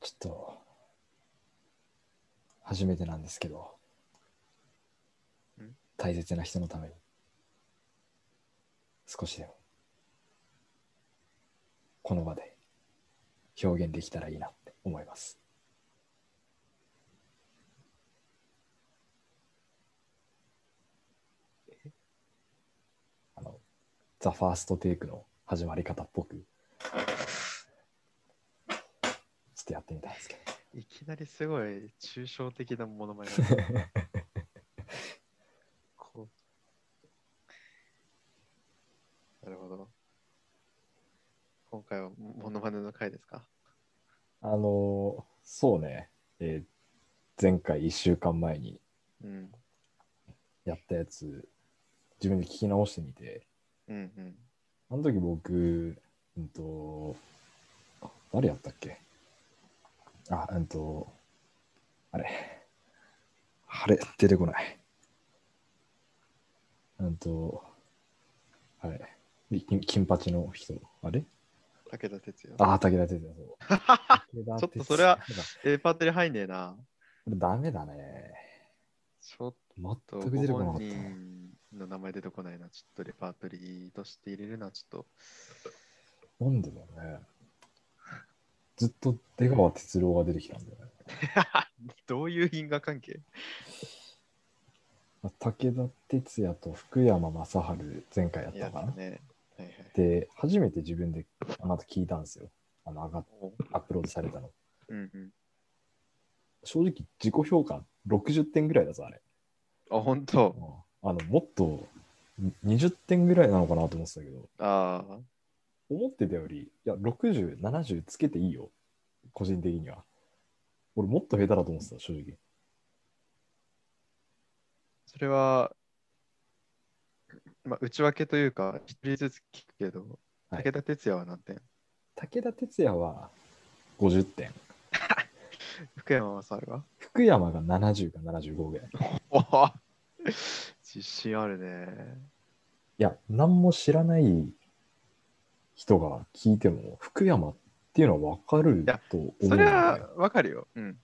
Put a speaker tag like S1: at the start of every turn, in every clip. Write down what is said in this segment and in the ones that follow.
S1: ちょっと、初めてなんですけど
S2: ん、
S1: 大切な人のために、少しでも、この場で表現できたらいいなって思います。あの、ザ・ファーストテイクの始まり方っぽく、ちょっとやってみたんですけど。
S2: いきなりすごい抽象的なものまで。こうなるほど。今回はモノマネの回ですか
S1: あのーそうね、えー前回1週間前に
S2: うん。
S1: やったやつ、自分で聞き直してみて、
S2: うんうん。
S1: あの時僕、うんと、あ誰やったっけあ、うんと、あれ、あれ、出てこない。うんと、あれ、金金八の人、あれ
S2: 武田鉄矢。
S1: ああ、武田鉄矢、そう。武田
S2: ちょっと
S1: 鉄矢
S2: それは、A パートに入んねえな。
S1: ダメだね。
S2: ちょっ
S1: 全
S2: と
S1: く出て
S2: ご
S1: こなかっ
S2: 本
S1: たな。
S2: 人の名前出てこないな。ちょっとレパートリーとして入れるのはちょっと。
S1: なんでだろうね。ずっと出川哲朗が出てきたんだよね。
S2: どういう因果関係
S1: まあ武田鉄矢と福山雅治前回やっ
S2: いや
S1: たか
S2: だ
S1: な。
S2: ね。はいはい。
S1: で、初めて自分でまた聞いたんですよ。あの上がっ
S2: おう
S1: アップロードされたの。
S2: うんうん。
S1: 正直、自己評価60点ぐらいだぞ、あれ。
S2: あ、本当。
S1: あのもっとに20点ぐらいなのかなと思ってたけど、
S2: ああ。
S1: 思ってたより、いや、60、70つけていいよ。個人的には。俺、もっと下手だと思ってた、正直。
S2: それは、まあ、内訳というか、一人ずつ聞くけど、
S1: はい
S2: 武田鉄矢は何点、
S1: 武田鉄矢は50点。
S2: 福山雅治は
S1: 福山が70か75ぐらい。い
S2: おお自信あるね。
S1: や、何も知らない人が聞いても、福山っていうのは分かると思うん
S2: それ
S1: だよね
S2: はわかるよ。うん。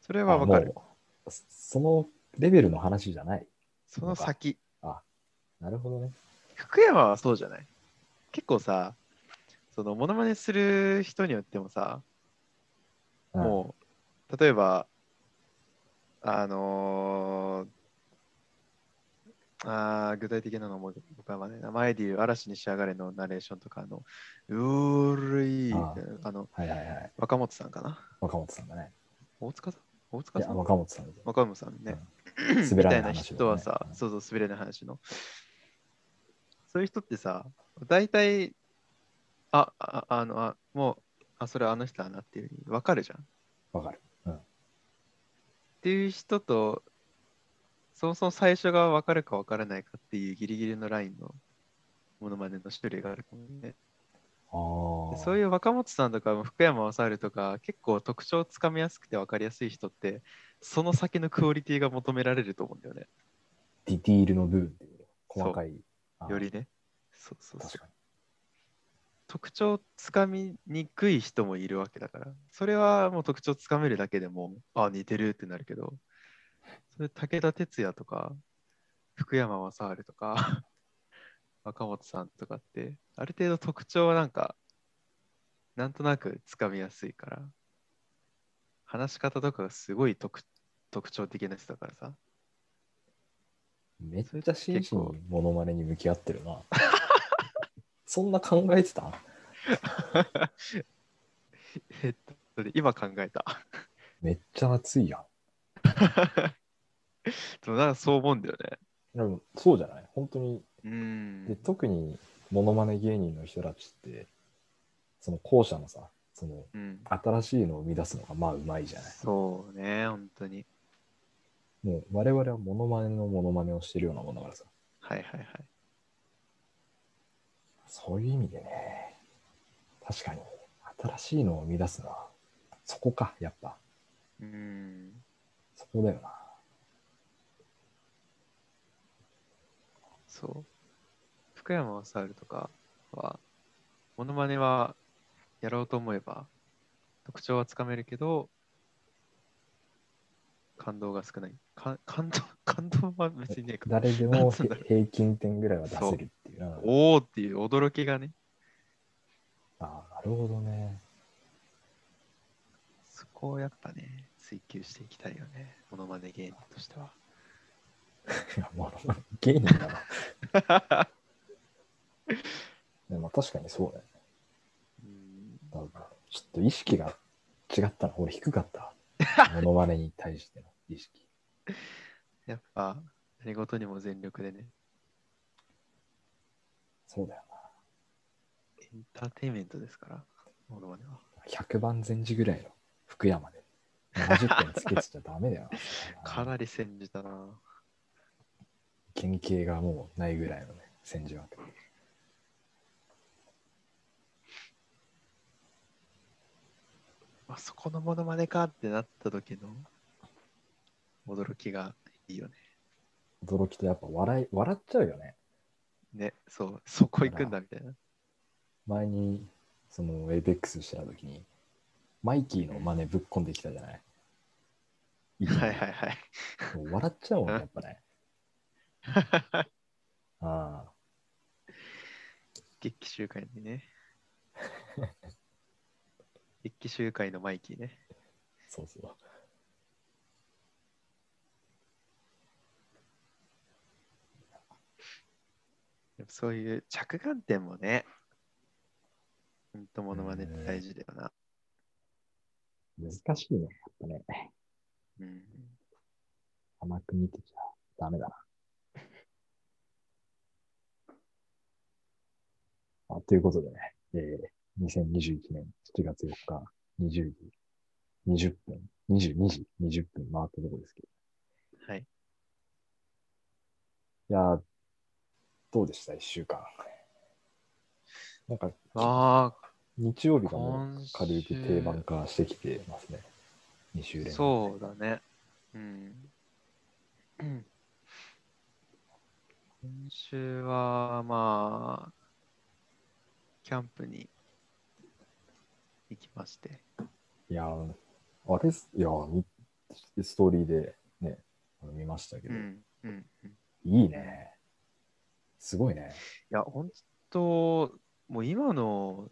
S2: それはわか
S1: あ
S2: る。
S1: もうそそのレベルの話じゃない。
S2: その先。
S1: なるほどね。
S2: 福山はそうじゃない結構さ、そのモノマネする人によってもさ、
S1: うん
S2: もう、例えば、あのーあー具体的なのも僕はね、前で言う嵐に仕上がれのナレーションとかあの、うーるい、
S1: あ
S2: あ
S1: ー
S2: の、
S1: はいはいはい。
S2: 若本さんかな
S1: 若本さんだね。
S2: 大塚さん大
S1: い
S2: 塚
S1: や、
S2: さん
S1: 若本さんだ ね。
S2: 若本さんね。
S1: 滑らない
S2: みたいな
S1: 話をね
S2: 人はさ、
S1: うん
S2: そうそう、滑れない話の。そういう人ってさ、大体、あ、あ、あの、あもう、あ、それはあの人だなっていう、わかるじゃん。
S1: わかる。
S2: っていう人と、そもそも最初が分かるか分からないかっていうギリギリのラインのものまねの種類があるかもね。
S1: あ
S2: で
S1: あ。
S2: そういう若本さんとか福山雅治とか結構特徴をつかみやすくて分かりやすい人ってその先のクオリティが求められると思うんだよね。
S1: ディティールの部分っていう。細かい。あー
S2: よりね。そうそうそう
S1: 確かに。
S2: 特徴をつかみにくい人もいるわけだからそれはもう特徴をつかめるだけでもあ似てるってなるけどそれ武田鉄矢とか福山雅治とか 若本さんとかってある程度特徴はなんかなんとなくつかみやすいから話し方とかがすごい特特徴的な人だからさ
S1: めっちゃ真
S2: 結
S1: 摯
S2: 構
S1: にモノマネに向き合ってる な。そんな考えてた
S2: えっとで今考えた
S1: めっちゃ熱いやん。
S2: でもなんかそう思うんだよね
S1: でもそうじゃない本当に。
S2: う
S1: で、
S2: ん
S1: 特にモノマネ芸人の人たちって、その後者のさ、その
S2: うん
S1: 新しいのを生み出すのがまあうまいじゃない。
S2: そうね、本当に。
S1: もう我々はモノマネのモノマネをしてるようなものだからさ。
S2: はいはいはい。
S1: そういう意味でね、確かに新しいのを生み出すのは、そこか、やっぱ。
S2: うーん。
S1: そこだよな。
S2: そう。福山雅治とかは、モノマネはやろうと思えば、特徴はつかめるけど、感動が少ない。か 感動、感動は別にねえか。
S1: 誰で
S2: なん
S1: も
S2: つうんだろう
S1: 平均点ぐらいは出せるっていう。うん
S2: おおっていう驚きがね、
S1: ああ、なるほどね。
S2: そこをやっぱね、追求していきたいよね。モノマネ芸人としては。
S1: いや、まあ、芸人だな。でも確かにそうだよね。
S2: うん
S1: 多分ちょっと意識が違ったな。俺低か った。モノマネに対しての意識。
S2: やっぱ、何事にも全力でね、
S1: そうだよ
S2: エンターテインメントですから、モノマネは。
S1: な。100番前時ぐらいの福山で。70点つけてちゃダメだよな。
S2: かなり戦時だな。
S1: 原型がもうないぐらいのね、戦時枠。
S2: あそこのモノマネかってなった時の驚きがいいよね。
S1: 驚きとやっぱ笑い、笑っちゃうよね。
S2: ね、そう、そこ行くんだみたいな。
S1: 前に、その、エイペックスしてた時に、マイキーの真似ぶっこんできたじゃない。
S2: はいはいはい。
S1: もう笑っちゃうもんね、やっぱ ね。ああ、
S2: 決起集会に ね。決起集会のマイキーね。
S1: そうそう。
S2: やっぱそういう着眼点もね、ほんとモノマネって大事だよな。
S1: 難しいね、やっぱね。
S2: うん。
S1: 甘く見てちゃダメだな。あということでね、えー、2021年7月4日20時、20分、22時20分回ったとこですけ
S2: はい。
S1: ど。いやー、どうでした、1週間。なんか、
S2: ああ、
S1: 日曜日がもう
S2: 今週
S1: 軽く定番化してきてますね。2週連続
S2: そうだね。うん。うん今週は、まあ、キャンプに行きまして。
S1: いやー、あれっす、いやー、みストーリーでね、あの見ましたけ
S2: う
S1: ど、
S2: ん。うん。うん
S1: いいね。すごいね。
S2: いや、本当、もう今の、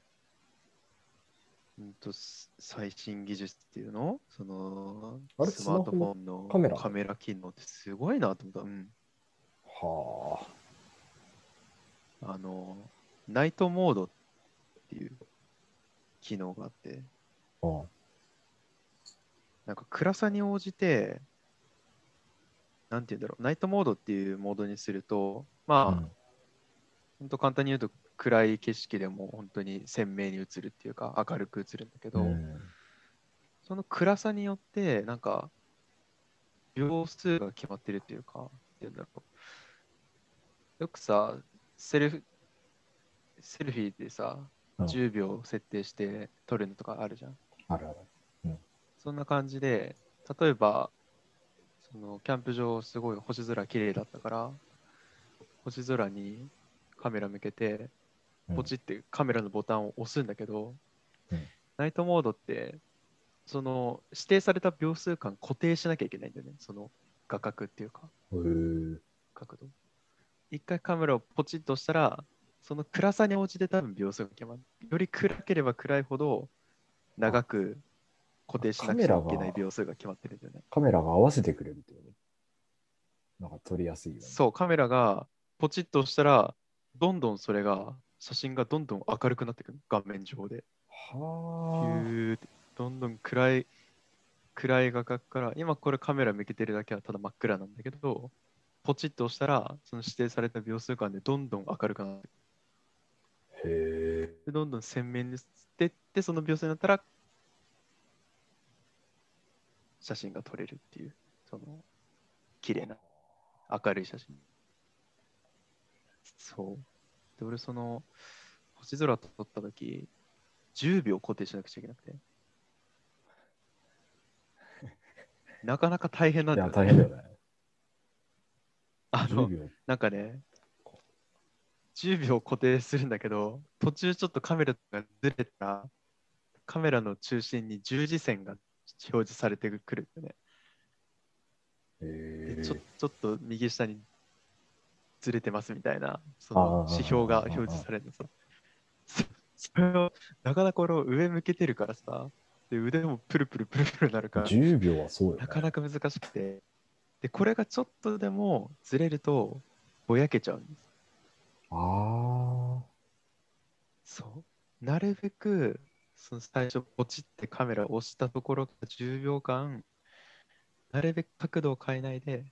S2: うんと、す最新技術っていうのその
S1: あれ
S2: スマートフォンの
S1: カメラ
S2: 機能ってすごいなと思った。うん。
S1: はあ。
S2: あの、ナイトモードっていう機能があって、
S1: うん、
S2: なんか暗さに応じて、なんて言うんだろう、ナイトモードっていうモードにすると、まあ、
S1: うん
S2: 本当簡単に言うと暗い景色でも本当に鮮明に映るっていうか明るく映るんだけど、
S1: うん
S2: その暗さによってなんか秒数が決まってるっていうかなんて言うんだろうよくさセルフセルフィーでさ、
S1: うん
S2: 10秒設定して撮るのとかあるじゃん
S1: あるある。
S2: そんな感じで例えばそのキャンプ場すごい星空綺麗だったから星空にカメラ向けて
S1: うん
S2: ポチってカメラのボタンを押すんだけど、
S1: うん
S2: ナイトモードってその指定された秒数間固定しなきゃいけないんだよねその画角っていうか
S1: へー
S2: 角度一回カメラをポチッと押したらその暗さに応じて多分秒数が決まるより暗ければ暗いほど長く固定しなくちゃいけない秒数が決まってるんだよね
S1: カメラが合わせてくれるってことなんか撮りやすいよね。
S2: そうカメラがポチッと押したらどんどんそれが写真がどんどん明るくなってくる画面上でピ
S1: は
S2: ューってどんどん暗い暗い画角から今これカメラ向けてるだけはただ真っ暗なんだけどポチッと押したらその指定された秒数間でどんどん明るくなって
S1: あ。へえ。
S2: でどんどん鮮明に映ってってその秒数になったら写真が撮れるっていうその綺麗な明るい写真そうで俺その星空撮った時10秒固定しなくちゃいけなく てなかなか大変なん
S1: い
S2: だ
S1: や、
S2: よ、
S1: 大変だよね。
S2: あ
S1: 10
S2: の
S1: 秒。
S2: なんかね、10秒固定するんだけど、途中ちょっとカメラがずれたら、カメラの中心に十字線が表示されてくるよね。
S1: え
S2: でちょ
S1: ー、
S2: ちょっと右下にずれてますみたいなその
S1: あー
S2: 指標が表示されるのさ。そそれをなかなか俺を上向けてるからさで腕もプルプルプルプルなるから
S1: 10秒はそうよ、ね。
S2: なかなか難しくてでこれがちょっとでもずれるとぼやけちゃうんです。
S1: あ
S2: そう。なるべく、その最初、ポチってカメラを押したところから10秒間、なるべく角度を変えないで、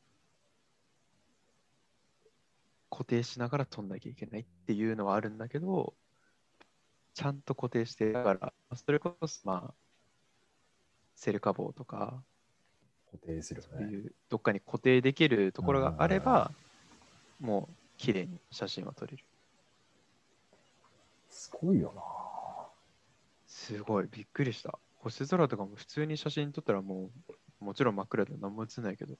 S2: 固定しながら撮んなきゃいけないっていうのはあるんだけど、ちゃんと固定して、だから、それこそ、まあ、セルカ棒とか、
S1: あ、固定する
S2: そう
S1: よね。
S2: いうどっかに固定できるところがあれ
S1: うんうん
S2: ば、もう、綺麗に写真は撮れる。
S1: すごいよな。
S2: すごい、びっくりした。星空とかも普通に写真撮ったらもう、もちろん真っ暗で何も映んないけど、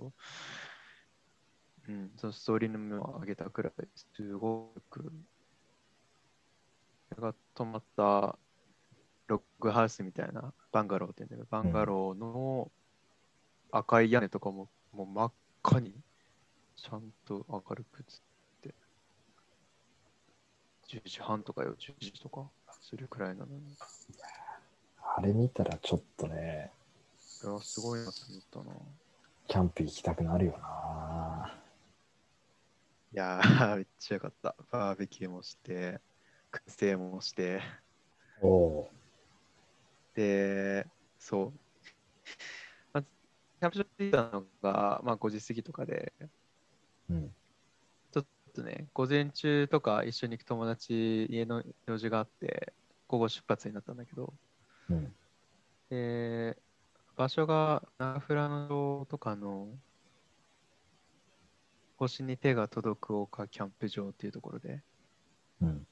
S2: うん、そのストーリーの目を上げたくらい、すごく。それが泊まったロックハウスみたいなバンガローっていうんだけど、バンガローの赤い屋根とかももう真っ赤にちゃんと明るく映って、10時半とかよ、10時とかするくらいなのに。
S1: あれ見たらちょっとね、
S2: いや、すごいなと思ったな。
S1: キャンプ行きたくなるよな。
S2: いやー、め っちゃよかった。バーベキューもして、燻製もして、
S1: おお
S2: で、そう。まず、キャンプ場に行ったのが、まあ、5時過ぎとかで、
S1: う。うん。
S2: ちょっとね、午前中とか一緒に行く友達、家の用事があって、午後出発になったんだけど、
S1: うん。
S2: で、場所がナフラノ島とかの星に手が届く丘キャンプ場っていうところで、
S1: うん。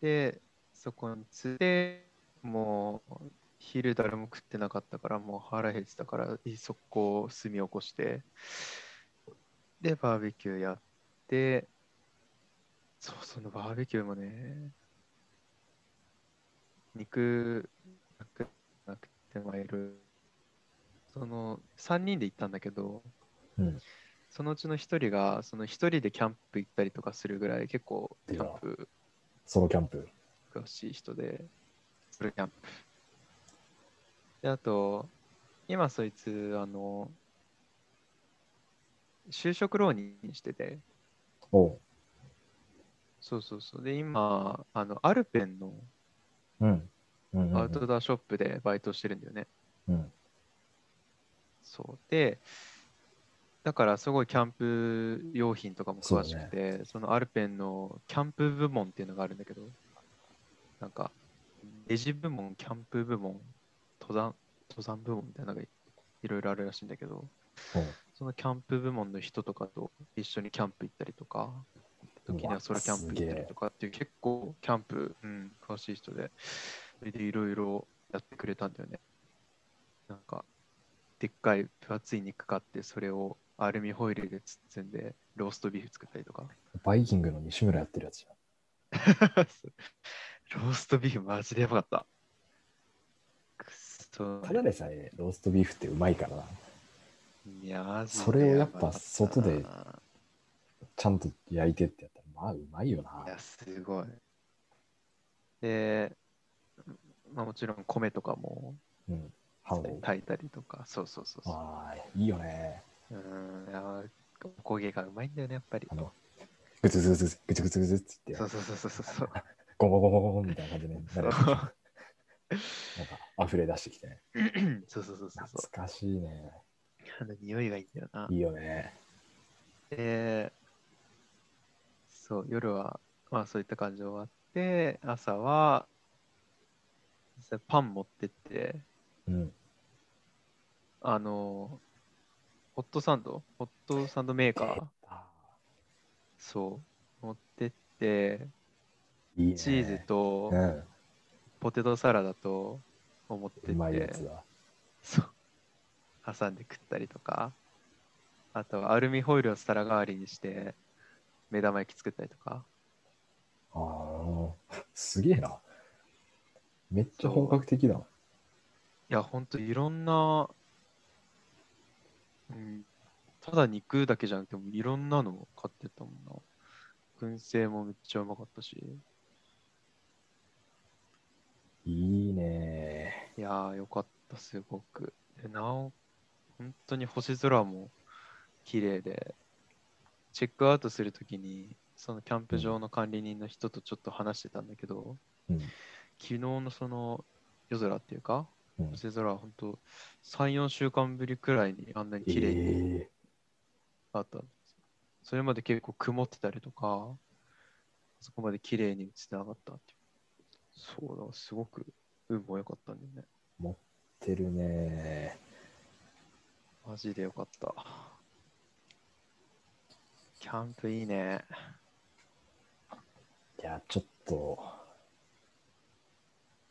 S2: で、そこにつて、もう昼誰も食ってなかったから、もう腹減ってたから、そこを炭起こして、で、バーベキューやって、そう、そのバーベキューもね、肉なくなくて、まあ、いろいろその3人で行ったんだけど、
S1: うん
S2: そのうちの1人が、その1人でキャンプ行ったりとかするぐらい、結構キャンプ、
S1: ソロキャンプ。
S2: 詳しい人で、ソロキャンプ。で、あと、今そいつ、あの、就職浪人してて、
S1: おお
S2: そうそうそう。で、今、あの、アルペンの
S1: う。うん。うんうん
S2: アウトドアショップでバイトしてるんだよね。
S1: うん。
S2: そう。で、だからすごいキャンプ用品とかも詳しくて、そ,、のアルペンのキャンプ部門っていうのがあるんだけど、なんか、レジ部門、キャンプ部門、登山、登山部門みたいなのがいいろいろあるらしいんだけど、
S1: うん
S2: そのキャンプ部門の人とかと一緒にキャンプ行ったりとか、
S1: うわ
S2: 時にはソロキャンプ行ったりとかっていう結構キャンプ、うん、詳しい人で、それでいろいろやってくれたんだよね。なんか、でっかい分厚い肉買って、それをアルミホイルで包んで、ローストビーフ作ったりとか。
S1: バイキングの西村やってるやつじ
S2: ローストビーフマジでやばかった。くっそ
S1: ゃん。ただでさえローストビーフってうまいからな。
S2: いやマジで
S1: それをやっぱ
S2: ばかた
S1: 外で
S2: い
S1: ちゃんと焼いてってやったら、まあうまいよな。
S2: や、すごい。で、まあ、もちろん米とかも
S1: うん。ハン
S2: 炊いたりとか、そうそうそうそう。
S1: ああ、いいよね。
S2: うーん、いやお焦げがうまいんだよね、やっぱり
S1: あ。の、グツグツグツグツグツグツグツって言
S2: そ
S1: っ
S2: う
S1: て、
S2: そうそうそうそう。
S1: ゴモゴモゴモみたいな感じで、ね、
S2: そ
S1: な
S2: う
S1: んか溢れ出してきて、ね、
S2: そうそうそうそうそ
S1: 懐かしいね。
S2: う。あの匂いがいいんだよな。
S1: いいよね。
S2: で、そう、夜は、まあそういった感じで終わって、朝は、実際パン持ってって、
S1: うん。
S2: あの、ホットサンド、ホットサンドメーカー、
S1: あ
S2: そう、持ってって、
S1: ーいいね。
S2: チーズと
S1: うん、
S2: ポテトサラダと、を持ってって、
S1: うまいやつだ。
S2: そう。挟んで食ったりとか、あとはアルミホイルを皿代わりにして、目玉焼き作ったりとか。
S1: ああ、すげえな。めっちゃ本格的だな。
S2: いや、ほんといろんな、うん、ただ肉だけじゃなくてもいろんなの買ってたもんな。燻製もめっちゃうまかったし。
S1: いいね
S2: いやー、よかった、すごく。で、なお、本当に星空も綺麗で、チェックアウトするときに、そのキャンプ場の管理人の人とちょっと話してたんだけど、
S1: うん
S2: 昨日のその夜空っていうか、
S1: うん
S2: 星空は本当、3、4週間ぶりくらいにあんなに
S1: え
S2: 綺麗に
S1: え
S2: あったんですよそれまで結構曇ってたりとか、そこまで綺麗に映ってなかったっていう。そうだ、すごく運も良かったんだよね。
S1: ー、てるね
S2: マジでよかった。キャンプいいね。
S1: いや、ちょっと、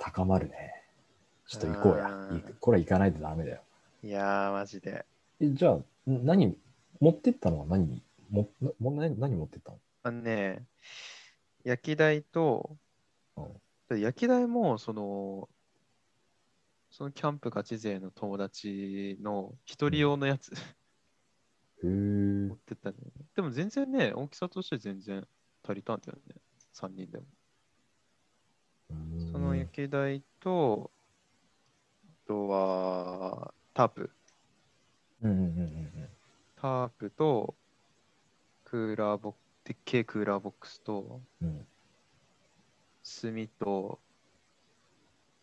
S1: 高まるね。ちょっと行こうや
S2: うん。
S1: いこれ行かないとダメだよ。
S2: いやー、マジで。
S1: え、じゃあ、ん何、持ってったのは何もなも何何持ってったの
S2: あのね、焼き台と、焼き台も、その、そのキャンプガチ勢の友達の一人用のやつ
S1: へー
S2: 持ってったんだよね。でも全然ね、大きさとして全然足りたんだよね。3人でも。
S1: うー
S2: その
S1: ん
S2: 焼き台と、あとは、タープ。
S1: うんうんうんうん
S2: タープと、クーラーボックス、でっけえクーラーボックスと、
S1: うんうん。
S2: 炭と、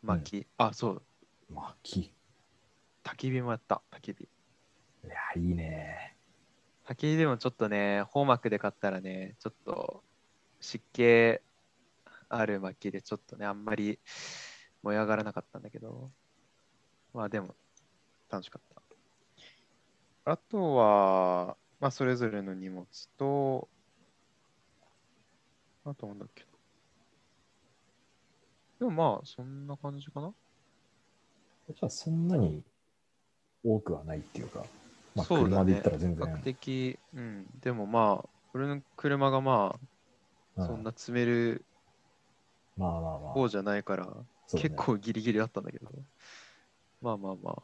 S2: 薪、あ、そう、
S1: 薪。い
S2: 焚き火もやった、焚き火。
S1: や、いいね
S2: 焚き火でもちょっとね、方膜で買ったらね、ちょっと湿気ある薪でちょっとね、あんまり燃え上がらなかったんだけど、まあでも楽しかった。あとは、まあそれぞれの荷物と、あとなんだっけでもまあそんな感じかな
S1: じゃあ、そんなに多くはないっていうか、まあ、
S2: そう
S1: 車
S2: だ
S1: で
S2: ね
S1: 行ったら全
S2: 比
S1: 然、
S2: 較的、うん、でもまあ、俺の車がま
S1: う
S2: あ、
S1: ん
S2: そんな詰める
S1: まあまあまあ、
S2: 方じゃないから、
S1: そうだね
S2: 結構ギリギリあったんだけど、まあまあまあ、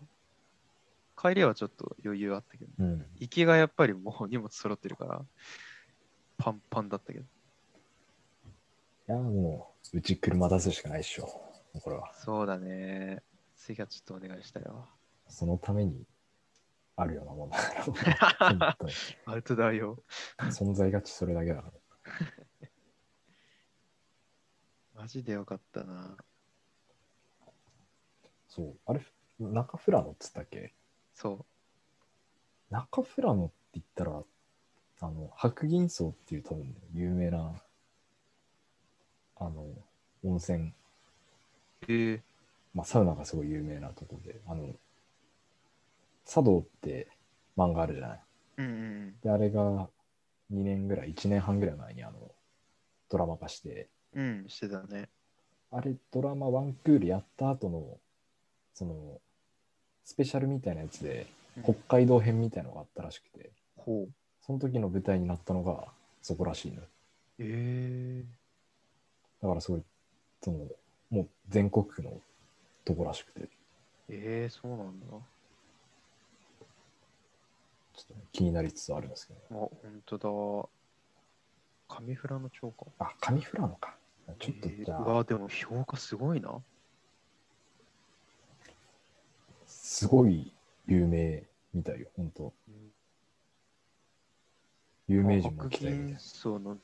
S2: 帰りはちょっと余裕あったけど、
S1: うん、
S2: 行きがやっぱりもう荷物揃ってるから、パンパンだったけど、
S1: いや、もう、うち車出すしかないっしょ。もうこれは。
S2: そうだね、次はちょっとお願いしたいわ。
S1: そのためにあるようなもんだから。本 当に
S2: アウトドア用。
S1: 存在価値それだけだから。
S2: マジでよかったな。
S1: そう。あれ、中富良野っつったっけ
S2: そ
S1: 中富良野って言ったら、あの、白銀荘っていう多分、有名な、あの、温泉、
S2: う。えー、
S1: まあ、サウナがすごい有名なとこで、あの、茶道って漫画あるじゃない。
S2: うんうんうん。
S1: で、あれが2年ぐらい、1年半ぐらい前に、あの、ドラマ化して、
S2: うん、してたね。
S1: あれ、ドラマワンクールやった後の、その、スペシャルみたいなやつで、
S2: うん
S1: 北海道編みたいのがあったらしくて、
S2: ほう。
S1: その時の舞台になったのがそこらしいの。
S2: えー、
S1: だからすごい、その、もう全国区のとこらしくて、ちょ
S2: えー、そうなんだ。
S1: っとね、気になりつつあるんですけど、ね、
S2: あ、ほんとだ。上富良野町か。
S1: あ、上富良野か。ちょっとじゃ
S2: えーう
S1: あ、
S2: わ、でも評価すごいな。
S1: すごい有名みたいよ、本当有名人も来たよみたい
S2: 白銀
S1: な。
S2: 荘の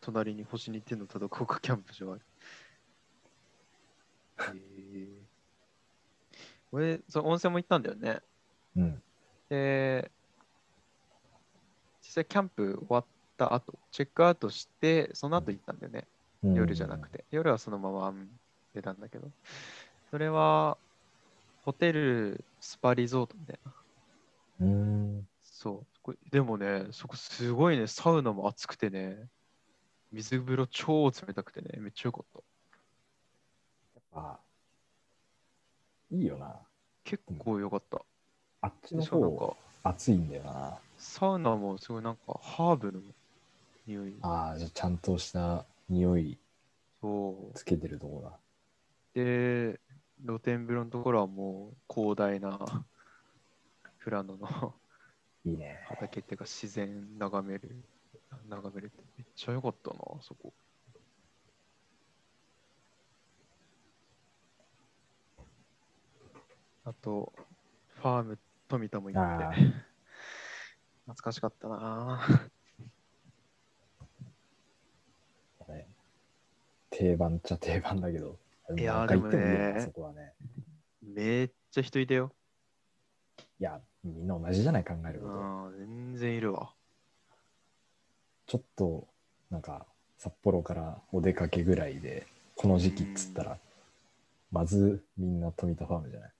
S2: 隣に星に天のたどこかキャンプ場ある。えー、俺、その温泉も行ったんだよね。
S1: うん。
S2: で、実際キャンプ終わった後、チェックアウトして、その後行ったんだよね。
S1: うん
S2: 夜じゃなく。て、夜はそのまま出たんだけど、それはホテルスパリゾートみたいな。
S1: うーん。
S2: そう。これでもね、そこすごいね、サウナも暑くてね、水風呂超冷たくてね、めっちゃ良かった。
S1: あ、いいよな。
S2: 結構良かった。
S1: あっちの
S2: でしかもなん
S1: 方
S2: か、
S1: 暑いんだよな。
S2: サウナもすごいなんかハーブの匂い。
S1: ああ、じゃあちゃんとした匂い
S2: そう。
S1: つけてるとこだ。
S2: で、露天風呂のところはもう広大な 富良野の
S1: いいね。
S2: 畑っていうか自然眺める、眺めれてめっちゃ良かったな、そこ。あと、ファーム富田も行
S1: あ
S2: っ
S1: あ
S2: て、懐かしかったな。
S1: ね定番っちゃ定番だけど。
S2: いや
S1: な
S2: ー
S1: んか行っていいよな
S2: でもね
S1: そこはね。
S2: めっちゃ人いたよ。
S1: いや、みんな同じじゃない考えること。
S2: あー全然いるわ。
S1: ちょっと、なんか、札幌からお出かけぐらいで、この時期っつったら、まずみんな富田ファームじゃない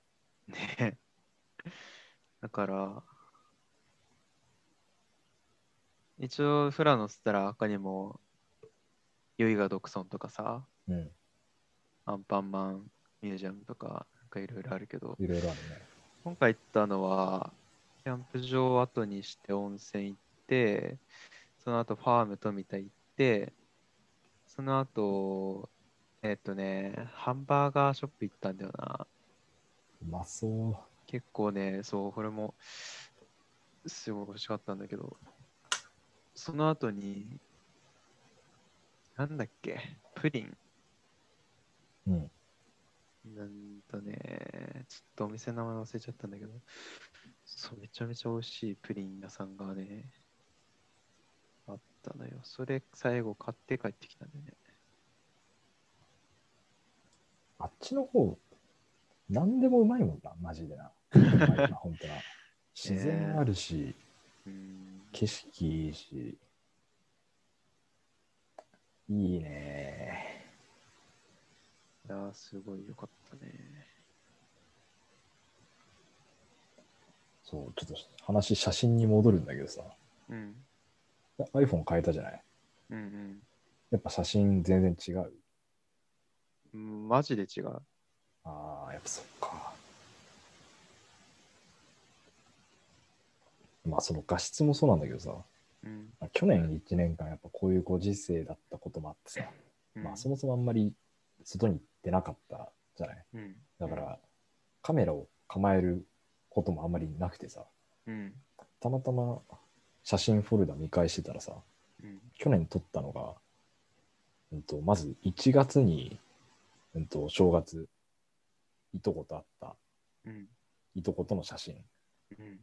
S2: ね。だから、一応、フラノっつったら、他にも、ユイガ・ドクソンとかさ、
S1: うん。
S2: アンパンマンミュージアムとか、なんかいろいろあるけど、
S1: いろいろあるね。
S2: 今回行ったのは、キャンプ場を後にして温泉行って、その後ファーム富田行って、その後、えっとね、ハンバーガーショップ行ったんだよな。
S1: うまそう。
S2: 結構ね、そう、これもすごい欲しかったんだけど、その後に、なんだっけ、プリン。
S1: うん。
S2: なんとね、ちょっとお店の名前忘れちゃったんだけど、そう、めちゃめちゃ美味しいプリン屋さんがね、あったのよ。それ最後買って帰ってきたんだよね。
S1: あっちの方、なんでもうまいもんな、マジでな。うまいな、本当な。自然あるし、
S2: うん。
S1: 景色いいし。いいね。
S2: いやー、すごい良かったね。
S1: そう、ちょっと話、写真に戻るんだけどさ。
S2: うん。
S1: iPhone 変えたじゃない
S2: うん
S1: やっぱ写真全然違う。
S2: うん。マジで違う。
S1: ああ、やっぱそっか。まあその画質もそうなんだけどさ、
S2: うん。
S1: まあ去年1年間やっぱこういうご時世だったこともあってさ、
S2: うん
S1: まあそもそもあんまり外に出なかったじゃない
S2: うん。
S1: だからカメラを構えることもあんまりなくてさ、
S2: うん。
S1: たまたま写真フォルダ見返してたらさ、
S2: うん。
S1: 去年撮ったのが、うん、とまず1月に、うん、と正月いとこと会った
S2: うん。
S1: いとことの写真
S2: うん。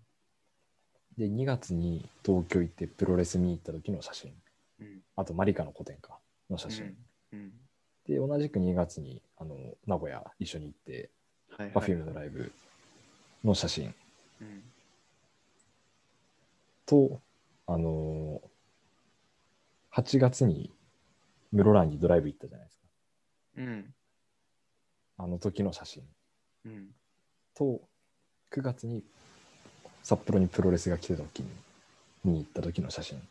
S1: で2月に東京行ってプロレス見に行った時の写真
S2: うん。
S1: あとマリカの個展かの写真、
S2: うん。
S1: で同じく2月にあの名古屋一緒に行って
S2: はい、はい。
S1: Perfume のライブの写真
S2: うん。
S1: とあのー8月に室蘭にドライブ行ったじゃないですか
S2: うん。
S1: あの時の写真
S2: うん。
S1: と9月に札幌にプロレスが来てた時に見に行った時の写真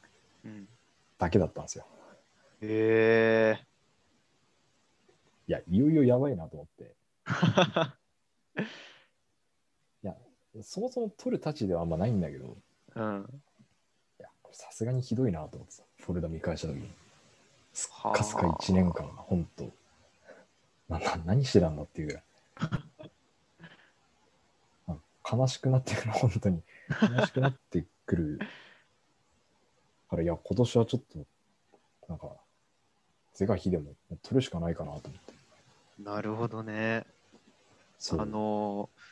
S2: うん。
S1: だけだったんですよ。
S2: ええ
S1: いや、いよいよやばいなと思って、
S2: ー。
S1: そもそも撮るたちではあんまないんだけど、い
S2: うん。
S1: や、これさすがにひどいなと思ってさ、フォルダ見返した時に、す
S2: はあ
S1: っかすか1年間、ほんと、なな何してたんだっていうぐらい。 なんか悲しくなってくる、本当に。悲しくなってくる。から、いや、今年はちょっと、なんか、是が非でも撮るしかないかなと思って。
S2: なるほどね。
S1: そう。
S2: あのー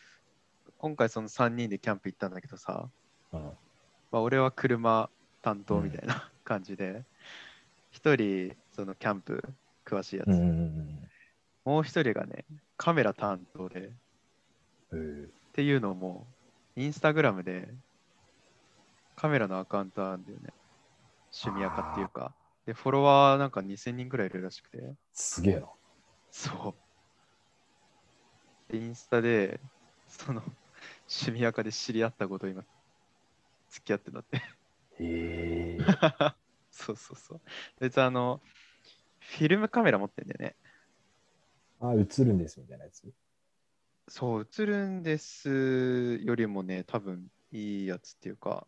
S2: 今回その3人でキャンプ行ったんだけどさ、
S1: うん
S2: まあ、俺は車担当みたいな感じで、一人、そのキャンプ詳しいやつ、
S1: うんうん
S2: もう一人がね、カメラ担当で、っ
S1: うんうん。へえ
S2: ていうのも、インスタグラムでカメラのアカウントあるんだよね。趣味アカっていうか。で、フォロワーなんか2000人くらいいるらしくて。
S1: すげえな。
S2: そう。で、インスタで、その、趣味アカで知り合ったことを今、付き合ってんだって。
S1: へえ。
S2: そうそうそう。別あの、フィルムカメラ持ってんだよね。
S1: あ、映るんですみたいなやつ。
S2: そう、映るんですよりもね、多分いいやつっていうか、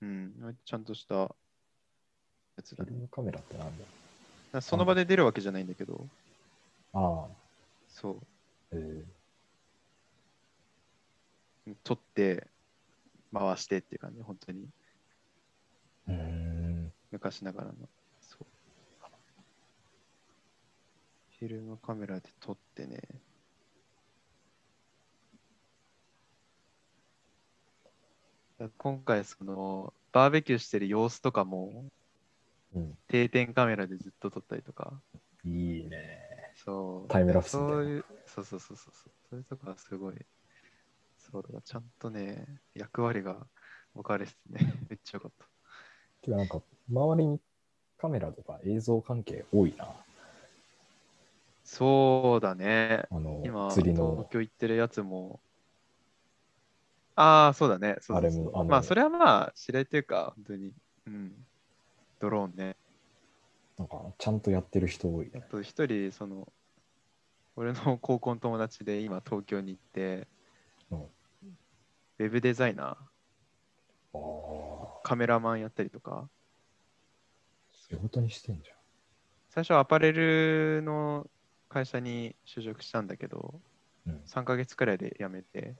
S2: うん、ちゃんとしたやつ
S1: フ
S2: だ
S1: ィル
S2: ね。だか
S1: ムカメラってなんだ
S2: らその場で出るわけじゃないんだけど、
S1: ああ、
S2: そ
S1: えー
S2: う取って回してっていう感じ本当に
S1: うーん。
S2: 昔ながらのそうフィルムカメラで撮ってねだ今回そのバーベキューしてる様子とかも
S1: うん
S2: 定点カメラでずっと撮ったりとか
S1: いいね。
S2: そう
S1: タイムラプスみたいな
S2: そういうそうそうそうそうそうそういうとこはすごいそうだからちゃんとね役割が分かれててねめっちゃよかった
S1: てかなんか、周りにカメラとか映像関係多いな。
S2: そうだね
S1: あの
S2: 今、、
S1: 釣り
S2: 東
S1: の、
S2: 京行ってるやつも。ああ、そうだね。そうそうそう
S1: あれもあの
S2: まあ、それはまあ、知り合いというか、本当に。うん。ドローンね。
S1: なんか、ちゃんとやってる人多い
S2: あ
S1: ね。
S2: と、一人、その、俺の 高校の友達で今、東京に行って、
S1: うん
S2: ウェブデザイナー、
S1: ああ。
S2: カメラマンやったりとか、
S1: 仕事にしてんじ
S2: 最初はアパレルの会社に就職したんだけど、
S1: ゃん。うん。
S2: 3ヶ月くらいで辞めて、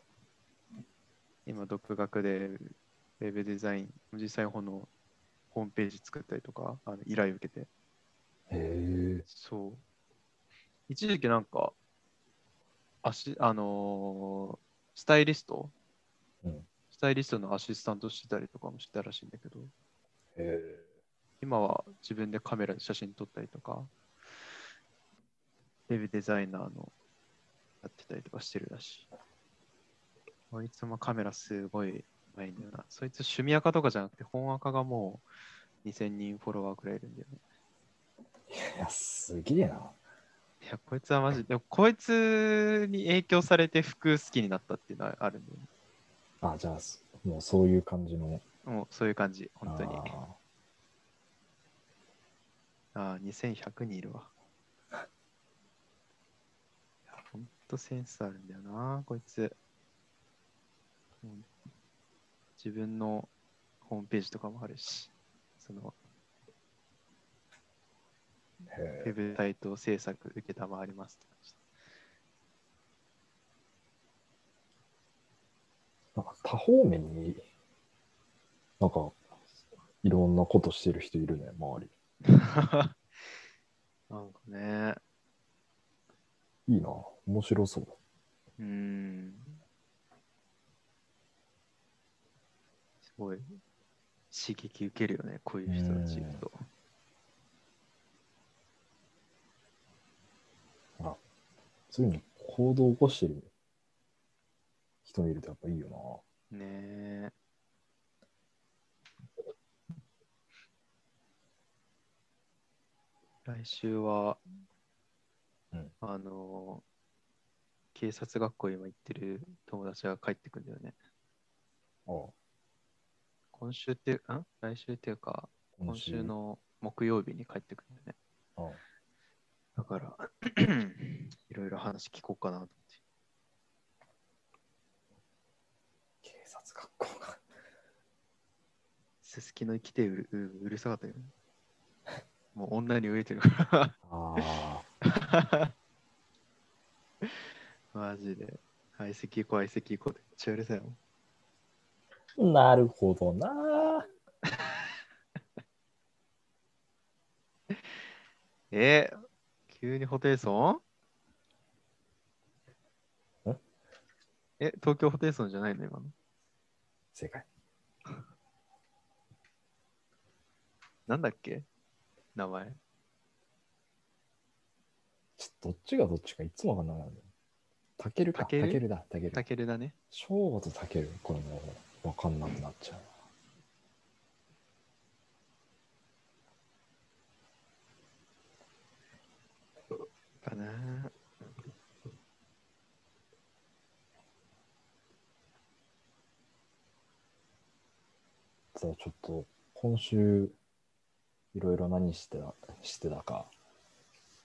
S2: 今、独学でウェブデザイン、実際このホームページ作ったりとか、あの依頼を受けて。
S1: へえ。
S2: そう。一時期なんか、足、あのースタイリスト、
S1: うん
S2: スタイリストのアシスタントしてたりとかもしてたらしいんだけど、
S1: へえ。
S2: 今は自分でカメラで写真撮ったりとか、ウェブデザイナーのやってたりとかしてるらしい。こいつもカメラすごい上手いんだよな。そいつ趣味垢とかじゃなくて本垢がもう2000人フォロワーくらいいるんだよね。
S1: いや、すげえな。
S2: いや、こいつはマジで、でもこいつに影響されて服好きになったっていうのはあるんだよね。
S1: あ、じゃあ、すもうそういう感じの。
S2: もうそういう感じ、本当に。
S1: あ
S2: あ
S1: ー
S2: あー、2100人いるわ。いや、ほんとセンスあるんだよな、こいつ。うん自分のホームページとかもあるし、その
S1: へ
S2: ウェブサイト制作受けたまわりますって感じ
S1: なんか多方面に、なんか、いろんなことしてる人いるね、周り。
S2: なんかね、
S1: いいな、面白そう。
S2: うーん。すごい刺激受けるよね、こういう人たちいると。
S1: そういうの行動を起こしてる人見るとやっぱいいよな。
S2: ねえ。来週は、
S1: うん
S2: あの、警察学校今行ってる友達が帰ってくんだよね。
S1: あ
S2: 今週って、ん来週っていうか、
S1: あ
S2: 今週。の木曜日に帰ってくるんだよね。
S1: ああ
S2: だから、 いろいろ話聞こうかなと思って。
S1: 警察学校か。
S2: すすきの来てうるううるさかったよね。もう女に飢えてるか
S1: ああ。
S2: ら。マジで。相席行こう、相席行こうってめっちゃうるさいも ん。
S1: なるほどな。
S2: えー急にホテイソン
S1: ん
S2: え、東京ホテイソンじゃないの今の。
S1: 正解。
S2: なんだっけ名前。
S1: ちょどっちがどっちかいつもわかんないな。たけるか。
S2: タ
S1: た
S2: ケ
S1: け
S2: ル
S1: るだ。たける。
S2: たけるだね。
S1: しょうごとたける。これもうわかんなくなっちゃう。
S2: かな。
S1: さあちょっと今週いろいろ何してたしてたか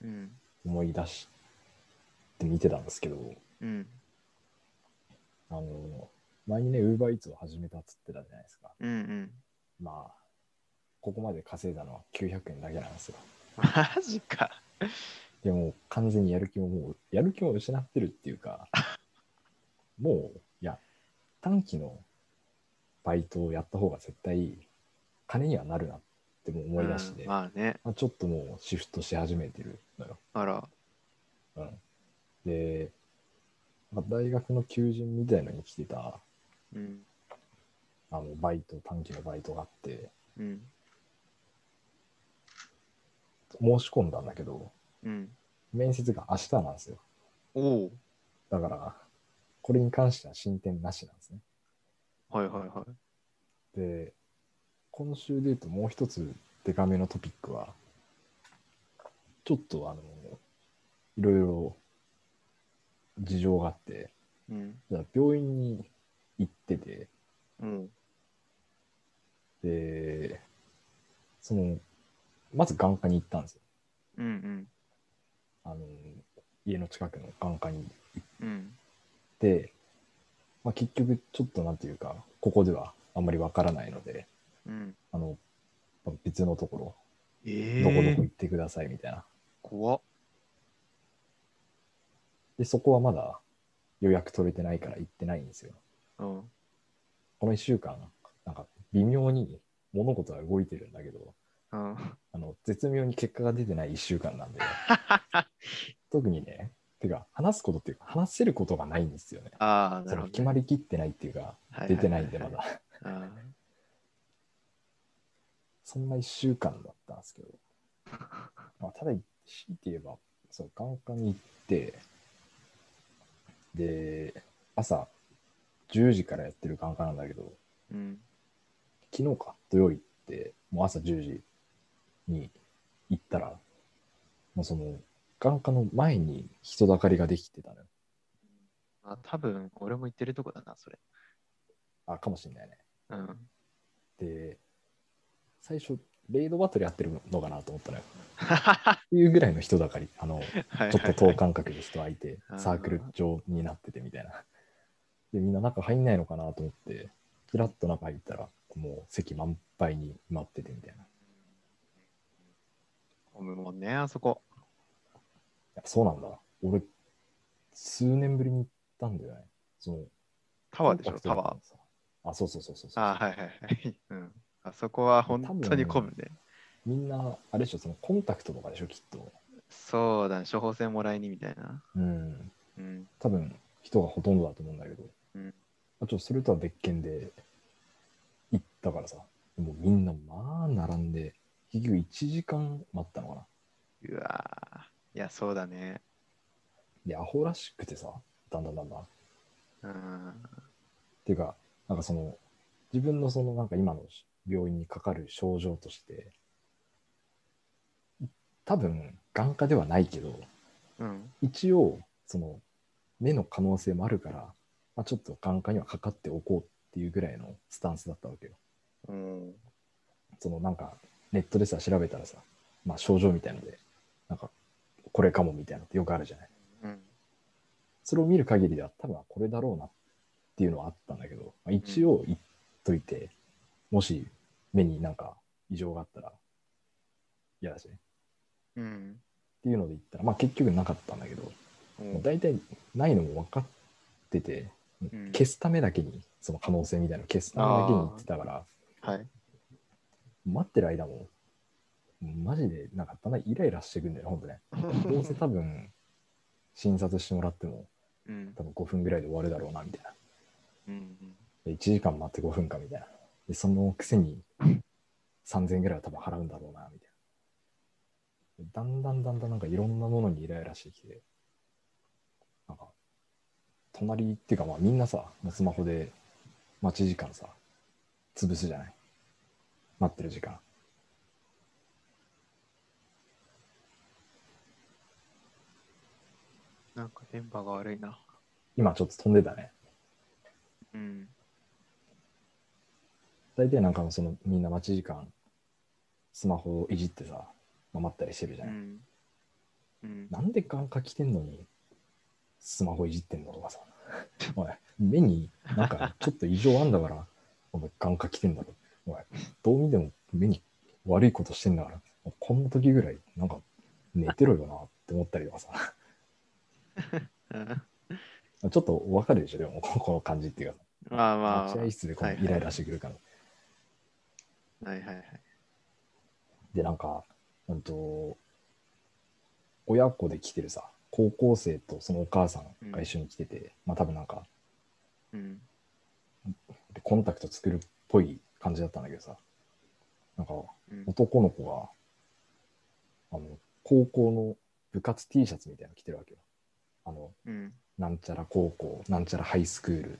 S2: うん。
S1: 思い出して見てたんですけど、
S2: うん。
S1: あの、前にね、ウーバーイーツを始めたっつってたじゃないですか。
S2: うんうん。
S1: まあ、ここまで稼いだのは900円だけなんですよ。
S2: マジか。
S1: いやもう完全にやる気ももう、やる気を失ってるっていうか、 もう、いや、短期のバイトをやった方が絶対金にはなるなってもう思い出して、
S2: うんまあね、
S1: まあ、ちょっともうシフトし始めてるのよ。
S2: あら、
S1: うん、で、まあ、大学の求人みたいのに来てた
S2: うん、
S1: あのバイト、短期のバイトがあって、
S2: うん、
S1: 申し込んだんだけど、
S2: うん。
S1: 面接が明日なんですよ。
S2: おお、
S1: だから、これに関しては進展なしなんですね。
S2: はいはいはい。
S1: で、今週で言うともう一つデカめのトピックは、ちょっとあの、いろいろ事情があって、
S2: うん、
S1: じゃあ病院に行ってて、
S2: うん、
S1: で、その、まず眼科に行ったんですよ。
S2: うん、うん、
S1: あの、家の近くの眼科に
S2: うん、
S1: で、まあ、結局ちょっとなんていうかここではあんまりわからないので
S2: うん。
S1: あのまあ別のところ
S2: え
S1: どこどこ行
S2: え
S1: っ、てくださいみたいな、
S2: 怖っ。
S1: でそこはまだ予約取れてないから行ってないんですよ
S2: うん、
S1: この1週間なんか微妙に物事は動いてるんだけど
S2: うん。
S1: あの絶妙に結果が出てない1週間 なんで特にねてか話すことっていうか話せることがないんですよね
S2: ああ、
S1: そ
S2: な
S1: の
S2: るほど、
S1: 決まりきってないっていうか出てないんでま
S2: は
S1: だ
S2: ははは。あ
S1: そんな1週間だったんですけど、まあ、ただ、強いて言えば、そう、眼科に行って、で、朝10時からやってる眼科なんだけど、
S2: ーうん、
S1: 昨日か、土曜日って、もう朝10時に行ったら、もうその、眼科の前に人だかりができてたのよ。
S2: あ多分俺も行ってるとこだな、それ。
S1: あ、かもしんないね。
S2: うん。
S1: で、最初、レイドバトルやってるのかなと思ったのよ。っていうぐらいの人だかり、あの、ちょっと等間隔で人空いて
S2: あ、ー
S1: サークル状になっててみたいな。で、みんな中入んないのかなと思って、キラッと中入ったら、もう席満杯に埋まっててみたいな。
S2: 混むもんね、あそこ。
S1: やっぱそうなんだ。俺、数年ぶりに行ったんだよね。その
S2: タワーでしょ、タワー。
S1: ー。あ、そうそうそうそうそう。
S2: あーはいはいはい。うん。あそこは本当に混むね。
S1: みんな、あれでしょ、そのコンタクトとかでしょ、きっと。
S2: そうだね、処方箋もらいにみたいな。
S1: うん。
S2: うん。
S1: 多分、人がほとんどだと思うんだけど。
S2: うん
S1: あちょっとそれとは別件で行ったからさ、もうみんなまあ並んで、結局1時間待ったのかな。
S2: うわーいや、そうだね。
S1: で、アホらしくてさ、だんだんだんだん。っ
S2: うん。
S1: ていうか、なんかその、自分のそのなんか今の病院にかかる症状として、多分眼科ではないけど、
S2: うん。
S1: 一応、その、目の可能性もあるから、まあ、ちょっと眼科にはかかっておこうっていうぐらいのスタンスだったわけよ。
S2: うん。
S1: そのなんかネットでさ調べたらさ、まあ、症状みたいのでなんかこれかもみたいなのってよくあるじゃない
S2: うん。
S1: それを見る限りでは多分これだろうなっていうのはあったんだけど、まあ、一応言っといて、もし目になんか異常があったら嫌だしね
S2: うん。
S1: っていうので言ったら、まあ、結局なかったんだけど、
S2: うん
S1: もう大体ないのも分かってて、
S2: うん
S1: 消すためだけにその可能性みたいなのを消すためだけに言ってたから
S2: はい。
S1: 待ってる間もマジでなんかだんだんイライラしてくんだよねほん とねどうせ多分、診察してもらっても、
S2: うん。
S1: 多分5分ぐらいで終わるだろうな、みたいな。
S2: うん。
S1: で1時間待って5分か、みたいな。で、そのくせに、3000ぐらいは多分払うんだろうな、みたいな。でだんだんだんだんなんかいろんなものにイライラしてきて、なんか、隣っていうかまあみんなさ、もうスマホで待ち時間さ、潰すじゃない待ってる時間。
S2: なんか電波が悪いな。
S1: 今ちょっと飛んでたね。
S2: うん。
S1: 大体なんかそのみんな待ち時間スマホをいじってさ、まあ待ったりしてるじ
S2: う
S1: ゃない、
S2: ん。うん。
S1: なんで眼科来てんのにスマホいじってんのとかさおい目になんかちょっと異常あんだからお前眼科来てんだろおいどう見ても目に悪いことしてんだからこんな時ぐらいなんか寝てろよなってって思ったりとかさ。
S2: うん
S1: ちょっとわかるでしょ、でも、ここの感じっていうか。
S2: まあまあ。
S1: 待合室でこ
S2: は
S1: の
S2: い
S1: イライラしてくるから。
S2: はいはいはい。
S1: で、なんか、うんと、親子で来てるさ、高校生とそのお母さんが一緒に来てて、まあ多分なんか、
S2: うん。
S1: コンタクト作るっぽい感じだったんだけどさ、なんか、
S2: うん、
S1: 男の子が、あの、高校の部活 T シャツみたいなの着てるわけよ。あの、
S2: うん。
S1: なんちゃら高校、なんちゃらハイスクール、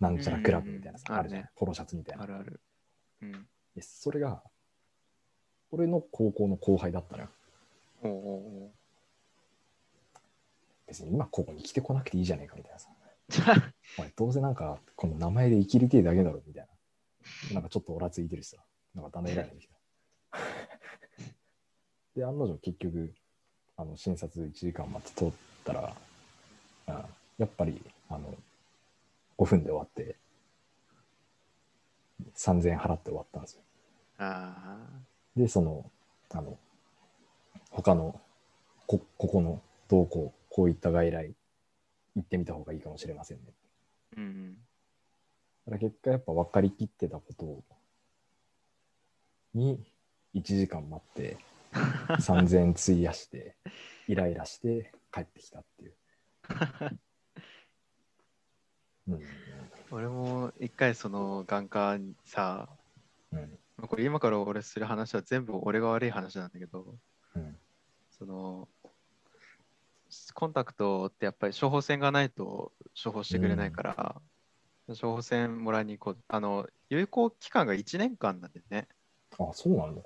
S1: なんちゃらクラブみたいなさ、
S2: うんうんうん
S1: あるじゃん、
S2: ある
S1: ポロシャツみたい
S2: あ
S1: な。
S2: るある。うん。
S1: でそれが、俺の高校の後輩だったのよ。
S2: おうおうおう。
S1: 別に今ここに来てこなくていいじゃねえかみたいなさ。
S2: じゃあ、
S1: お前どうせなんか、この名前で生きりてえだけだろみたいな。なんかちょっとおらついてるしさ。なんかだんだん偉いんできた。 で、案の定結局、あの、診察1時間待って通ったら、あやっぱり、あの、5分で終わって、3000円払って終わったんですよ。
S2: あ
S1: で、その、あの、他の、こ、ここの、どうこう、こういった外来、行ってみた方がいいかもしれませんね。
S2: ーうん
S1: だから結果やっぱ分かりきってたことに1時間待って3000円費やしてイライラして帰ってきたっていう。うん
S2: うん。俺も一回その眼科にさ、
S1: うん
S2: まあこれ今から俺する話は全部俺が悪い話なんだけど、
S1: うん
S2: その、コンタクトってやっぱり処方箋がないと処方してくれないから、処方箋もらいに行こう。あの、有効期間が1年間なんだよね。
S1: あそうなんだ。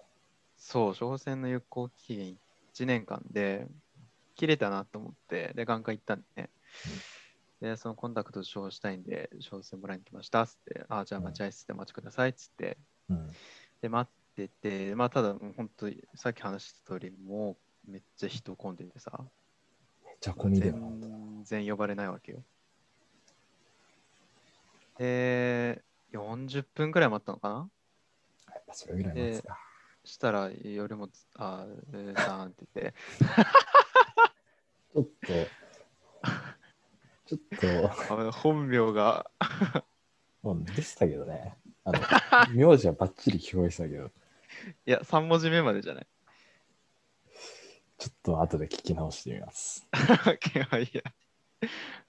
S2: そう、処方箋の有効期限1年間で、切れたなと思って、で、眼科行ったんでね。で、そのコンタクト処方したいんで、処方箋もらいに来ましたっつって、あじゃあ
S1: うん
S2: 待合室でお待ちくださいっつって、
S1: うん
S2: で、待ってて、まあ、ただ、もう本当にさっき話した通り、もうめっちゃ人混んでてさ、
S1: じゃあ込みでもなんだ。
S2: 全然呼ばれないわけよ。で、40分くらい待ったのかな
S1: やっぱそれぐらい待つか。
S2: したら、夜もつ、あー、うーさんって言って、
S1: ちょっと、ちょっ
S2: あの本名が
S1: と、うんでしたけどね。あの、名字はバッチリ聞こえてたけど、
S2: いや、3文字目までじゃない。
S1: ちょっと後で聞き直してみます。
S2: いやいや。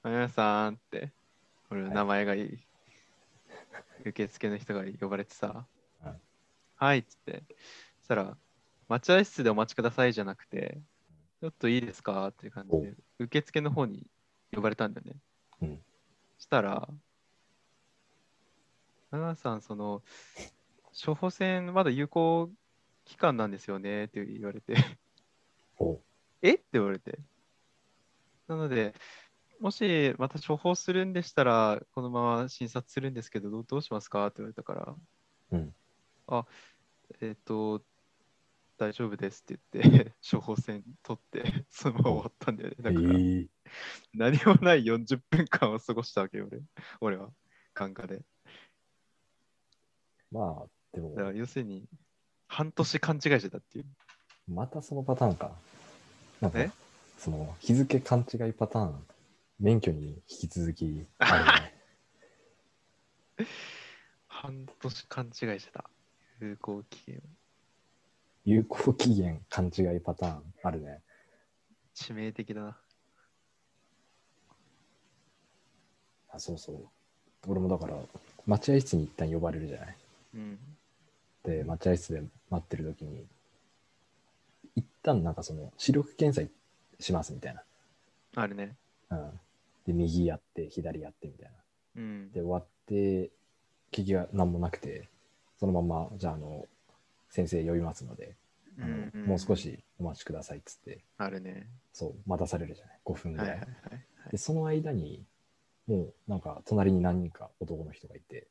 S2: 皆さんって、俺の名前がいい。受付の人が呼ばれてさ、
S1: うん
S2: はいっつって、そしたら、待合室でお待ちくださいじゃなくて、ちょっといいですかっていう感じで、受付の方に呼ばれたんだよね。
S1: うん
S2: したら、皆さん、その、処方箋まだ有効期間なんですよねって言われて、
S1: お
S2: え って言われて。なので、もしまた処方するんでしたら、このまま診察するんですけど、どうどうしますかって言われたから、
S1: うん
S2: あ、えっ、と、大丈夫ですって言って、 処方箋取って、 そのまま終わったんだよね。
S1: え
S2: だから、
S1: ー、
S2: 何もない40分間を過ごしたわけよ、俺俺は、眼科で。
S1: まあ、でも
S2: だか、ら、要するに、半年勘違いしてたっていう。
S1: またそのパターンか。なんか
S2: え、
S1: その日付勘違いパターン、免許に引き続きあ るね。
S2: 半年勘違いしてた。有効期限を。
S1: 有効期限勘違いパターンあるね。
S2: 致命的だな。
S1: あ、そうそう。俺もだから、待合室に一旦呼ばれるじゃない。
S2: うん。
S1: で、待合室で待ってる時に、一旦なんかその視力検査しますみたい
S2: あるね。
S1: な。うん。で、右やって、左やってみたいな。
S2: うん。
S1: で終わって聞きが何もなくてそのままじゃああの先生呼びますので、あの
S2: うんうん
S1: もう少しお待ちくださいっつって
S2: あるね。
S1: そう待たされるじゃない5分ぐ
S2: は
S1: ら
S2: い
S1: い、
S2: はいはい。
S1: でその間にもうなんか隣に何人か男の人がいて、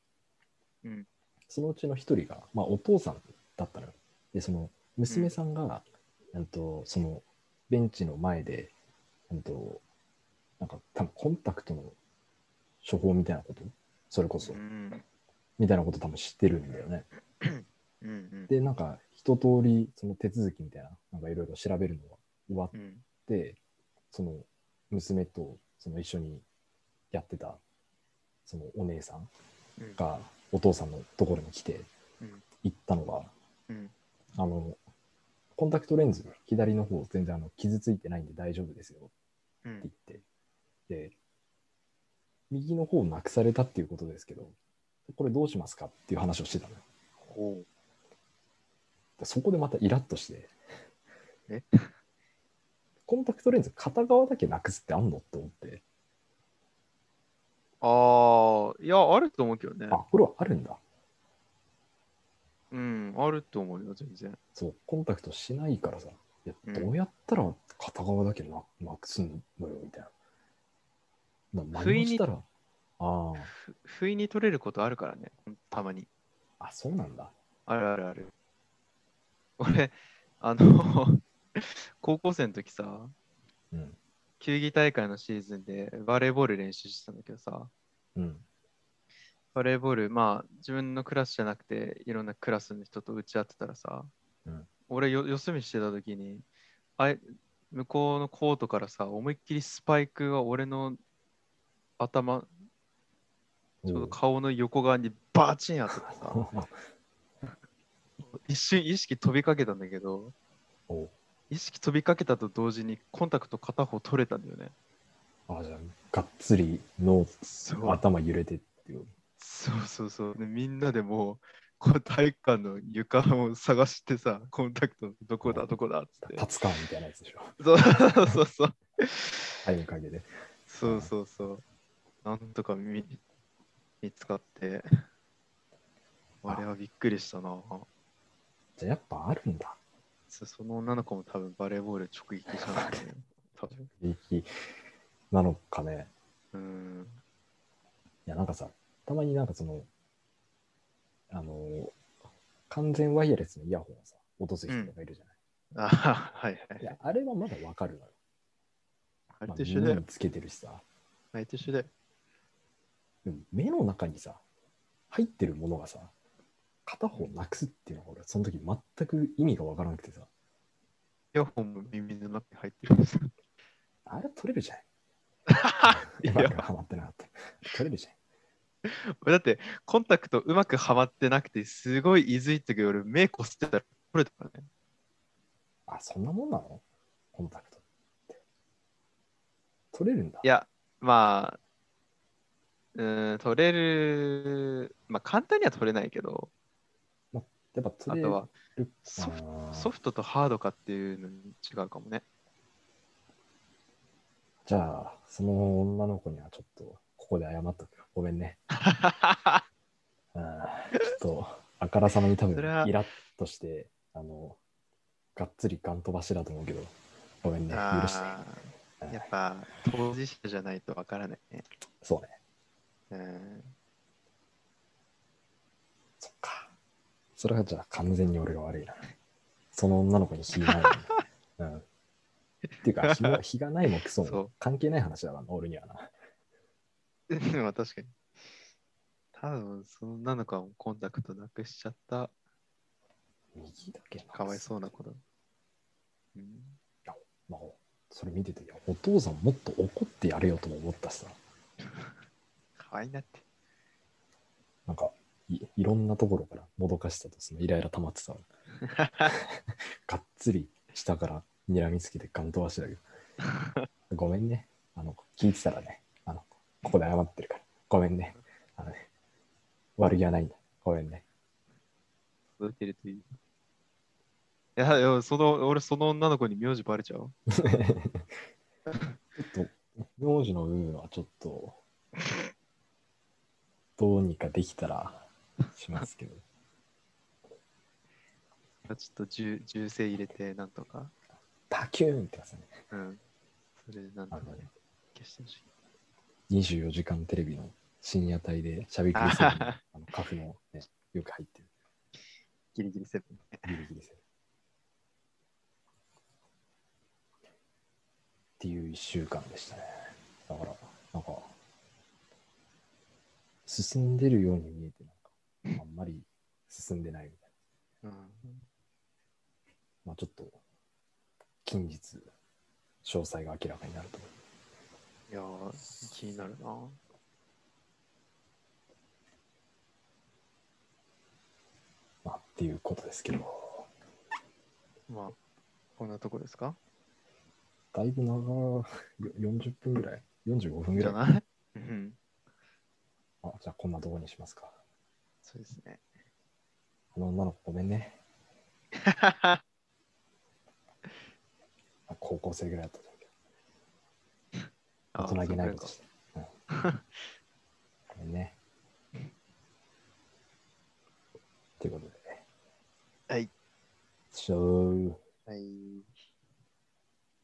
S2: うん
S1: そのうちの一人が、まあ、お父さんだったのよでその娘さんが、うん、とそのベンチの前で、うん、となんか多分コンタクトの処方みたいなことそれこそ、
S2: うん。
S1: みたいなこと多分知ってるんだよね。
S2: うんうん。
S1: で、なんか一通りその手続きみたいな、なんかいろいろ調べるのが終わっ
S2: うん。
S1: って、その娘とその一緒にやってたそのお姉さん
S2: うん
S1: がお父さんのところに来て
S2: うん
S1: 行ったのが、
S2: うん
S1: あの、コンタクトレンズ左の方全然あの傷ついてないんで大丈夫ですよ
S2: う
S1: って
S2: ん
S1: 言って、で、右の方をなくされたっていうことですけど、これどうしますかっていう話をしてたのよ。
S2: ほ
S1: でそこでまたイラッとして、
S2: え
S1: コンタクトレンズ片側だけなくすってあんのって思って、
S2: うああいやあると思うけどね
S1: あ、これはあるんだ。
S2: うんあると思うよ全然
S1: そう、コンタクトしないからさ、いや
S2: うん
S1: どうやったら片側だけななくすのよみたいな。な
S2: 不意
S1: 何
S2: に
S1: をしたら、あ
S2: ふ不意に取れることあるからねたまに
S1: あ、あ、そうなんだ。
S2: あるあるある。俺、あの、高校生の時さ、
S1: うん。
S2: 球技大会のシーズンでバレーボール練習してたんだけどさ、
S1: うん。
S2: バレーボール、まあ自分のクラスじゃなくて、いろんなクラスの人と打ち合ってたらさ、
S1: うん
S2: 俺よ、四隅してた時に、あい向こうのコートからさ、思いっきりスパイクが俺の頭、ちょうど顔の横側にバチン当たって さ、
S1: おう
S2: 一瞬意識飛びかけたんだけど、
S1: おう
S2: 意識飛びかけたと同時にコンタクト片方取れたんだよね。
S1: あじゃあ、がっつりの
S2: そう
S1: 頭揺れてっていう。
S2: そうそうそう。でみんなでもう、こう体育館の床を探してさ、コンタクトどこだどこだっつって。
S1: 立つかみたいなやつでしょ。
S2: そうそうそう。
S1: 太陽の陰で。
S2: そうそうそう。なんとか見見つかって。あれはびっくりしたな。
S1: じゃあやっぱあるんだ。
S2: そその女の子も多分バレーボール直撃したんだよね。多分
S1: いいなのかね。
S2: うん。
S1: いや、なんかさ、たまになんかその、あの完全ワイヤレスのイヤホンをさ、落とす人とかいるじゃない。
S2: あはいはいい。
S1: や、あれはまだわかるのよ。
S2: あれ
S1: まあ、
S2: と一緒だ
S1: 耳
S2: よ
S1: に。つけてるしさ。
S2: あれと一緒だよ。
S1: でも目の中にさ、入ってるものがさ、片方なくすっていうのが俺、その時全く意味がわからなくてさ、
S2: イヤホンも耳の中に入ってるんですよ。
S1: あれ取れるじゃん。
S2: いや
S1: うまくはまってなかった。取れるじゃん。
S2: 俺だってコンタクトうまくはまってなくてすごいいづいてくる俺目こすってたら取れたからね。
S1: あ、そんなもんなのコンタクトって。取れるんだ。
S2: いや、まあ、うーん、取れる、まあ簡単には取れないけど、
S1: やっぱ取
S2: あ
S1: れ
S2: とは
S1: る
S2: ソフ
S1: あー
S2: ソフトとハードかっていうのに違うかもね。
S1: じゃあ、その女の子にはちょっと、ここで謝っとくよ。ごめ んね。うんちょっと、あからさまに多分
S2: それは、
S1: イラッとして、あの、がっつりガン飛ばしだと思うけど、ごめんね。許して。
S2: あ
S1: うん
S2: ーやっぱ当事者じゃないとわからないね。
S1: そうね。
S2: うん、
S1: そっか。それはじゃあ完全に俺が悪いな。その女の子に非がないのに。うん。っていうか、非も非がないもクソ
S2: そう
S1: も関係ない話だな、俺にはな。
S2: まあ確かに。多分そんなのかもコンタクトなくしちゃった
S1: 右だけな
S2: かわいそうな子だ。うん
S1: まあ、それ見てて、いやお父さんもっと怒ってやれよとも思ったしさ、
S2: 可愛いなって。
S1: なんかい、いろんなところからもどかしさとそのイライラ溜まってさ、がっつり下から睨みつけてガン飛ばしてたけど、ごめんね。あの、聞いてたらね、あの、ここで謝ってるから、ごめんね。あのね、悪気はないんだ。ごめんね。
S2: 届いてるといい。いや、でもその、俺、その女の子に名字バレちゃう。
S1: ちょっと、名字の部分はちょっと、どうにかできたらしますけど。
S2: ちょっと銃、銃声入れて、なんとか。
S1: バキューンってやつね。
S2: うん。それで、なんと
S1: あ
S2: か
S1: の
S2: ね、消してほしい。
S1: 24時間テレビの深夜帯でしゃべくりするあのカフェのね、よく入ってる。
S2: ギリギリセブン。
S1: ギリギリセブンっていう1週間でしたね。だから、なんか、進んでるように見えて、なんか、あんまり進んでないみたいな。
S2: うん。
S1: まあちょっと、近日、詳細が明らかになると思う。
S2: いやー、気になるな。
S1: まあ、っていうことですけど、
S2: まあ、こんなとこですか
S1: だいぶ長い、よ40分ぐらい ?45 分ぐ
S2: じ
S1: ら
S2: ゃ
S1: い
S2: ないうん。
S1: あじゃあこんなとこにしますか。
S2: そうですね。
S1: あの女の子ごめんね。あ高校生ぐらいだったと思うけ
S2: あ
S1: ど、大人げない
S2: そう
S1: こと
S2: か
S1: して。うんごめん ね。ということで、
S2: はい。
S1: しょー。
S2: はい。